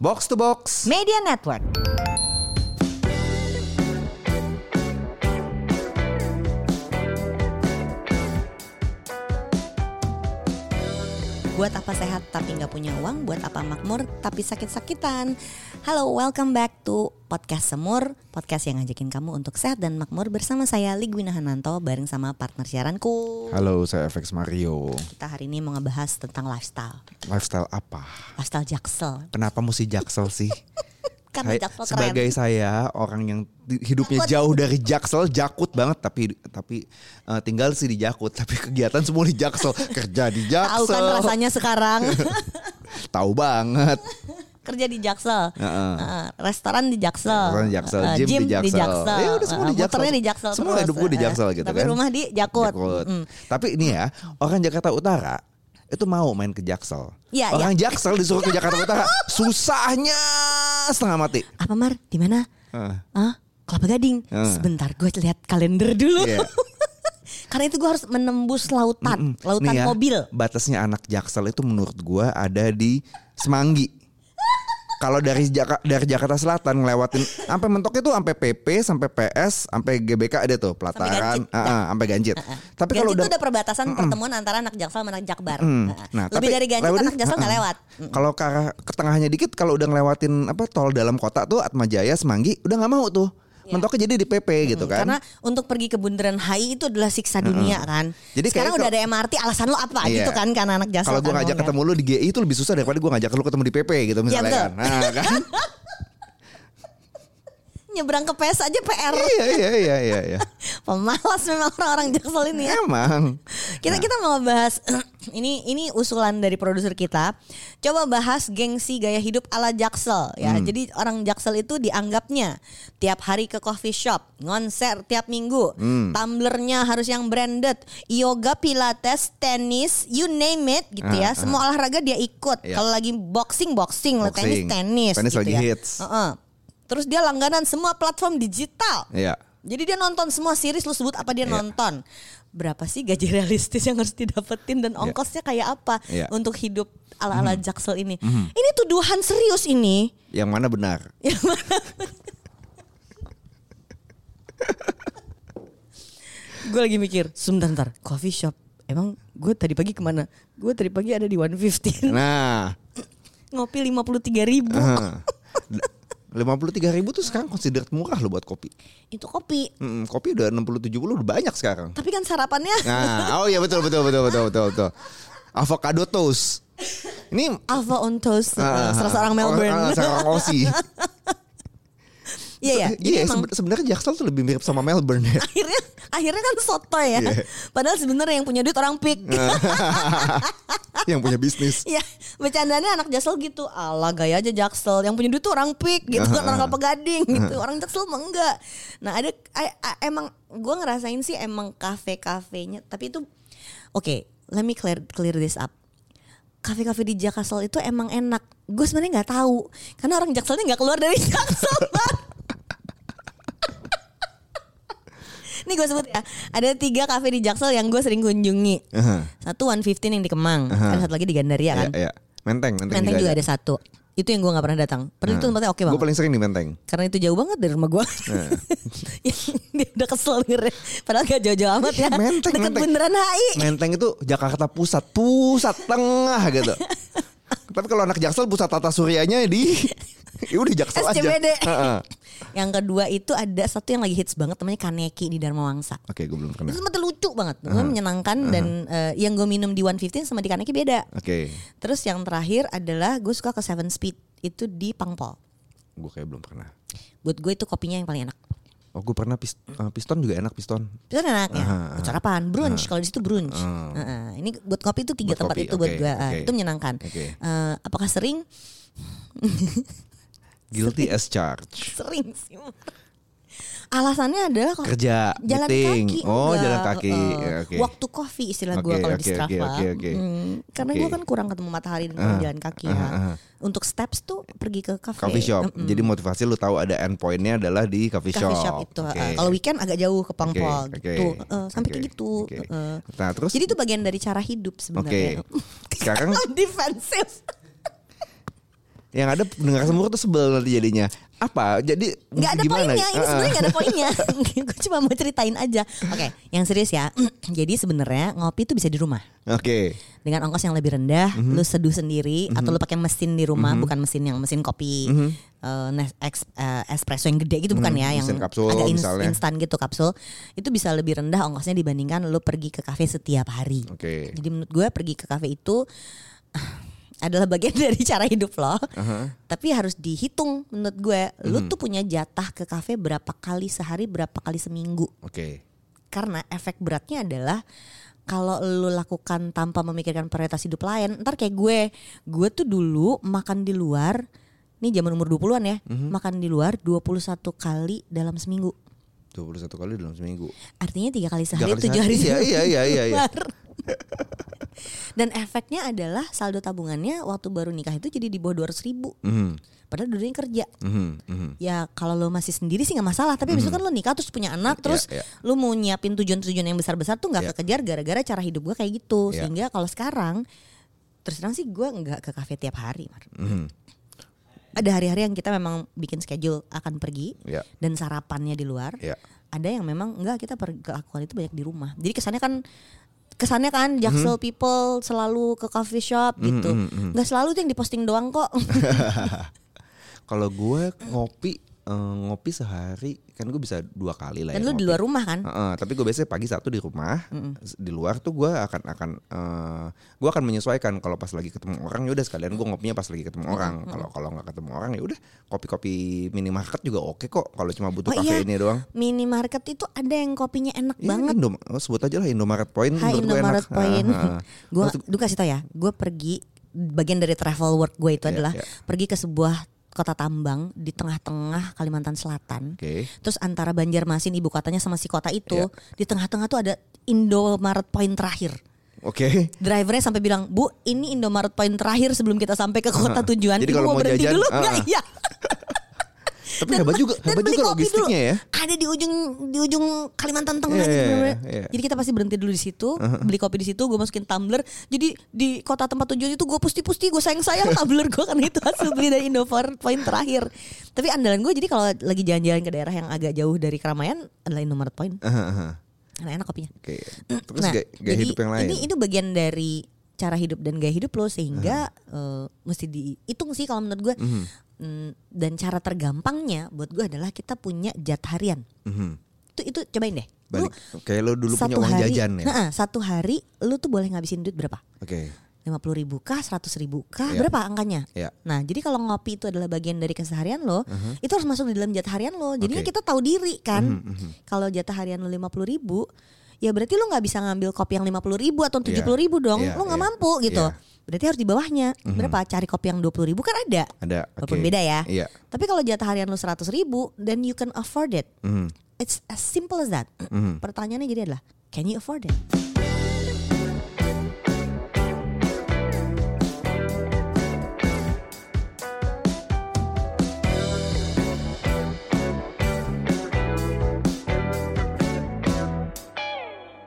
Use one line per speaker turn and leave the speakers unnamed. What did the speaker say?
Box to Box.
Media Network. Buat apa sehat tapi nggak punya uang? Buat apa makmur tapi sakit-sakitan? Halo, welcome back to Podcast Semur Podcast yang ngajakin kamu untuk sehat dan makmur Bersama saya Ligwina Hananto bareng sama partner siaranku
Halo, saya FX Mario.
Kita hari ini mau ngebahas tentang lifestyle
Lifestyle apa?
Lifestyle jaksel
Kenapa mesti jaksel sih?
Karena
Saya-
jaksel keren
sebagai saya orang yang di- hidupnya
Takut.
jauh dari jaksel, jakut banget tapi tapi eh, tinggal sih di jakut, tapi kegiatan semua di jaksel, kerja di
Tahu
jaksel.
kan rasanya sekarang
Tahu banget.
kerja di Jaksel,
Heeh.
Heeh, restoran di Jaksel,
Restoran di Jaksel,
Heeh,
gym di Jaksel.
Jaksel.
Ya udah, semua di
Heeh, motornya
Jaksel.
di Jaksel
Semua
terus.
hidup gue di
Heeh,
Jaksel gitu
tapi
kan.
rumah di Jakut.
Jakut.
Mm.
Tapi ini ya, orang Jakarta Utara itu mau main ke Jaksel.
Iya,
orang Jaksel disuruh ke Jakarta Utara, susahnya setengah mati. Eh.
Apa Mar? Di mana?
Heeh.
Ah, Kelapa Gading.
Heeh.
Sebentar gue lihat kalender dulu.
Iya.
Karena itu gue harus menembus lautan,
Mm-mm.
lautan
Nih ya,
mobil.
Batasnya anak Jaksel itu menurut gua ada di Semanggi. Kalau dari Jaka- dari Jakarta Selatan ngelewatin sampai mentoknya tuh sampai PP, sampai PS, sampai GBK ada tuh pelataran,
Gancit.
ah, ah, sampai Ganjit. Tapi
Tapi
kalau
itu
udah
udah perbatasan pertemuan antara anak Jaksel sama anak Jakbar.
Hmm.
Heeh.
Nah,
Lebih
tapi
dari Ganjil
lewatin-
anak Jaksel nggak
Heeh.
lewat.
Kalau ke arah ke tengahnya dikit kalau udah ngelewatin apa tol dalam kota tuh Atmajaya Semanggi udah nggak mau tuh. Mentoknya jadi di PP gitu kan.
Ya. Hmm, Karena untuk pergi ke Bundaran HI itu adalah siksa dunia kan.
Jadi kayak
sekarang
kalau-
udah ada MRT, alasan lu apa
Iya.
gitu kan kan anak jasa.
kalau gue
kan,
ngajak
mau nggak?
ketemu lu di GI itu lebih susah daripada gue ngajak lu ketemu di PP gitu misalnya
betul.
kan. Nah, kan?
nyebrang ke PES aja PR.
iya iya iya iya iya.
Pemalas memang orang-orang Jaksel ini ya.
Emang. Nah.
Kita kita mau bahas ini ini usulan dari produser kita. Coba bahas gengsi gaya hidup ala Jaksel ya.
Hmm.
Jadi orang Jaksel itu dianggapnya tiap hari ke coffee shop, ngonser tiap minggu.
Hmm.
Tumblernya harus yang branded, yoga, pilates, tenis, you name it gitu
Ah, ah.
ya. Semua olahraga dia ikut.
Iya.
Kalau lagi boxing boxing, lah, tenis
Boxing.
tenis.
Tenis
gitu
lagi
ya.
hits.
Heeh. Terus dia langganan semua platform digital.
Iya.
Jadi dia nonton semua series lu sebut apa dia
Iya.
nonton. Berapa sih gaji realistis yang harus didapetin dan ongkosnya kayak apa
Iya. Mhm.
untuk hidup ala-ala Jaksel ini? Ini tuduhan serius ini.
Yang mana benar?
Gue lagi mikir, sebentar ntar coffee shop. Emang gue tadi pagi kemana? Gue tadi pagi ada di 115
Nah, eh,
ngopi 53 ribu.
lima puluh tiga ribu tuh sekarang considered murah lo buat kopi.
Itu kopi.
Mm-mm, kopi udah enam puluh tujuh puluh udah banyak sekarang.
Tapi kan sarapannya
Nah, oh iya betul betul betul betul betul betul. Avocado toast. Ini
Ava on toast, eh,
ah,
salah seorang Melbourne.
Orang, ah, seorang Aussie.
Iya ya. Jadi
Iya,
emang-
seben- sebenarnya Jaksel tuh lebih mirip sama Melbourne ya.
akhirnya akhirnya kan soto ya.
Iya.
Padahal sebenarnya yang punya duit orang pik.
yang punya bisnis.
ya, bercandanya anak Jaksel gitu. Ala gaya aja Jaksel. Yang punya duit tuh orang pik gitu kan orang Kelapa Gading gitu. Orang Jaksel mah enggak. Nah, ada a- a- emang gua ngerasain sih emang kafe-kafenya, tapi itu oke, let me clear clear this up. Kafe-kafe di Jaksel itu emang enak. Gue sebenarnya nggak tahu karena orang Jakselnya nggak keluar dari Jaksel. Bang. Nih gue sebut ya Ada tiga kafe di Jaksel yang gue sering kunjungi
Aha.
Satu 115 yang di Kemang
Aha.
Ada satu lagi di Gandaria Iya kan
Iya, iya. Menteng, menteng,
Menteng juga ada satu Itu yang gue gak pernah datang Padahal itu tempatnya oke
Gue
banget
paling sering di Menteng.
Karena itu jauh banget dari rumah gue
Nah.
Dia udah kesel dengernya Padang gak jauh-jauh amat ya
Iya, Menteng,
Deket
Menteng.
bundaran HI
Menteng itu Jakarta Pusat, pusat tengah gitu. Tapi kalau anak Jaksel pusat tata suryanya di ya udah Jaksel aja.
SCBD.
Heeh.
Yang kedua itu ada satu yang lagi hits banget Namanya Kaneki di Dharma Wangsa
Oke, gue belum
Itu
kenal. Oke.
tempatnya lucu banget Gue menyenangkan Dan eh, yang gue minum di 115 sama di Kaneki beda Terus yang terakhir adalah gue suka ke Seven Speed itu di Pangpol.
Gue kayak belum pernah.
Buat gue itu kopinya yang paling enak.
Oh, gue pernah pis- eh, piston juga enak piston.
Itu kan enak ya.
Aha,
Buat sarapan, brunch. Kalau di situ brunch.
Hmm.
Heeh. Ini buat kopi itu tiga
Buat
tempat
kopi,
itu buat
oke,
gue. Ah,
oke.
Itu menyenangkan.
Oke.
Eh, apakah sering?
Guilty as charge.
Sering sih. Alasannya adalah kalau
Kerja,
jalan
meeting.
kaki.
Oh,
enggak.
jalan kaki.
Heeh.
Ya, oke.
Waktu kopi istilah gue
Oke,
kalau di
oke, oke,
Strava.
oke, oke.
Hmm, Karena gue
Oke.
kan kurang ketemu matahari dan
Ah,
jalan kaki ya.
ah, ah.
Untuk steps tuh pergi ke kafe.
Coffee shop.
Mm-mm.
Jadi motivasi lu tahu ada end pointnya adalah di coffee shop.
coffee shop itu.
Oke.
eh, Kalau weekend agak jauh ke
Oke,
Pangpol
oke,
gitu. Eh, sampai
oke,
kayak gitu.
oke.
Eh,
Nah, terus
Jadi itu bagian dari cara
Oke.
hidup sebenarnya.
Sekarang
defensif.
Yang ada pendengar semur tuh sebel nanti jadinya. Apa? Jadi
nggak ada
gimana?
poinnya ini
Ah, ah.
sebenarnya nggak ada poinnya gue cuma mau ceritain aja oke yang serius ya jadi sebenarnya ngopi tuh bisa di rumah
Oke.
dengan ongkos yang lebih rendah
Mhm.
lu seduh sendiri atau lu pakai mesin di rumah bukan mesin yang mesin kopi
Mhm.
eh, nes- ex- eh, espresso yang gede gitu bukan ya yang
mesin kapsul
ada ins-
misalnya.
instan gitu kapsul itu bisa lebih rendah ongkosnya dibandingkan lu pergi ke kafe setiap hari
Oke.
jadi menurut gue pergi ke kafe itu adalah bagian dari cara hidup lo. Tapi harus dihitung menurut gue. Lo tuh punya jatah ke kafe berapa kali sehari, berapa kali seminggu.
Oke.
Karena efek beratnya adalah kalau lo lakukan tanpa memikirkan prioritas hidup lain, ntar kayak gue, gue tuh dulu makan di luar, nih zaman umur 20-an ya, makan di luar 21 kali dalam seminggu.
21 kali dalam seminggu.
Artinya tiga kali
Tiga
sehari,
kali
tujuh hari
sehari. Iya,
seminggu
iya, iya, iya, iya.
keluar. Dan efeknya adalah saldo tabungannya waktu baru nikah itu jadi di bawah 200 ribu.
Mhm,
Padahal dulunya kerja.
mhm, mhm.
Ya kalau lo masih sendiri sih nggak masalah. Tapi abis itu kan lo nikah terus punya anak. Terus
Hmm. iya.
lo mau nyiapin tujuan-tujuan yang besar-besar tuh nggak
Iya.
kekejar gara-gara cara hidup gue kayak gitu.
Iya.
Sehingga kalau sekarang terus terang sih gue nggak ke kafe tiap hari. Mar.
Mhm.
Ada hari-hari yang kita memang bikin schedule akan pergi.
Iya.
Dan sarapannya di luar
Iya.
ada yang memang enggak kita perlakuan itu banyak di rumah. Jadi kesannya kan kesannya kan jaksel
Mhm.
people selalu ke coffee shop gitu. Enggak selalu tuh yang diposting doang kok.
Iya, Kalau gue ngopi eh, ngopi sehari kan gue bisa dua kali lah
Dan
ya
lu di
ngopi.
luar rumah kan.
Heeh, tapi gue biasanya pagi satu di rumah, s- di luar tuh gue akan akan eh, gue akan menyesuaikan kalau pas lagi ketemu orang ya udah sekalian gue ngopinya pas lagi ketemu orang. Kalau kalau nggak ketemu orang ya udah kopi-kopi minimarket juga oke kok kalau cuma butuh
Oh
kafe
iya.
ini doang.
Minimarket itu ada yang kopinya enak
Iya,
banget.
Indom- oh, sebut aja lah Indomaret Point
Hai
menurut gue enak.
Indomaret Point.
Heeh.
Gue
Terus-
lu kasih tau ya, gue pergi bagian dari travel work gue itu
Iya,
adalah
iya.
pergi ke sebuah kota tambang di tengah-tengah Kalimantan Selatan.
Oke.
Terus antara Banjarmasin ibu kotanya sama si kota
Iya.
itu di tengah-tengah tuh ada Indomaret Point terakhir.
Oke.
drivernya sampai bilang bu ini Indomaret poin terakhir sebelum kita sampai ke kota tujuan
Jadi
Ibu
kalau mau
berhenti
jajan,
dulu
ah,
nggak
ah.
iya
Tapi hebat juga,
dan
hebat
beli
juga
kopi
logistiknya
dulu.
ya.
ada di ujung di ujung Kalimantan Tengah
Iya,
gitu,
iya,
bener-bener.
iya.
jadi kita pasti berhenti dulu di situ beli kopi di situ gue masukin tumbler jadi di kota tempat tujuan itu gue pusti-pusti gue sayang-sayang tumbler gue kan itu hasil beli dari Indomaret poin terakhir tapi andalan gue jadi kalau lagi jalan-jalan ke daerah yang agak jauh dari keramaian adalah Indomaret poin
Heeh, heeh.
enak-enak kopinya
Oke. Terus gaya, gaya
Nah, jadi
hidup yang lain.
Ini itu bagian dari cara hidup dan gaya hidup lo sehingga eh, mesti dihitung sih kalau menurut gue.
Mhm.
Mm, dan cara tergampangnya buat gue adalah kita punya jatah harian.
Mhm.
Itu itu cobain deh. Lu
Balik. Kayak lo dulu punya
satu
uang
hari,
jajan ya.
Nah, satu hari lu tuh boleh ngabisin duit berapa?
Oke.
lima puluh ribu kah, seratus ribu kah,
Iya.
berapa angkanya?
Iya. Mhm.
Nah, jadi kalau ngopi itu adalah bagian dari keseharian lo, itu harus masuk di dalam jatah harian lo. Jadinya
Oke. Mhm,
kita tahu diri kan. Kalau jatah harian lo lima puluh ribu, ya berarti lo nggak bisa ngambil kopi yang lima puluh ribu atau
Iya.
tujuh puluh ribu dong.
Iya,
Lo nggak
iya.
mampu gitu.
Iya. Mhm.
Berarti harus di bawahnya. Berapa? Cari kopi yang dua puluh ribu kan ada.
Ada. oke.
Walaupun beda ya.
Iya.
Tapi kalau jatah harian lo seratus ribu, then you can afford it.
Mhm. 嗯 Hmm.
It's as simple as that. Pertanyaannya jadi adalah, can you afford it?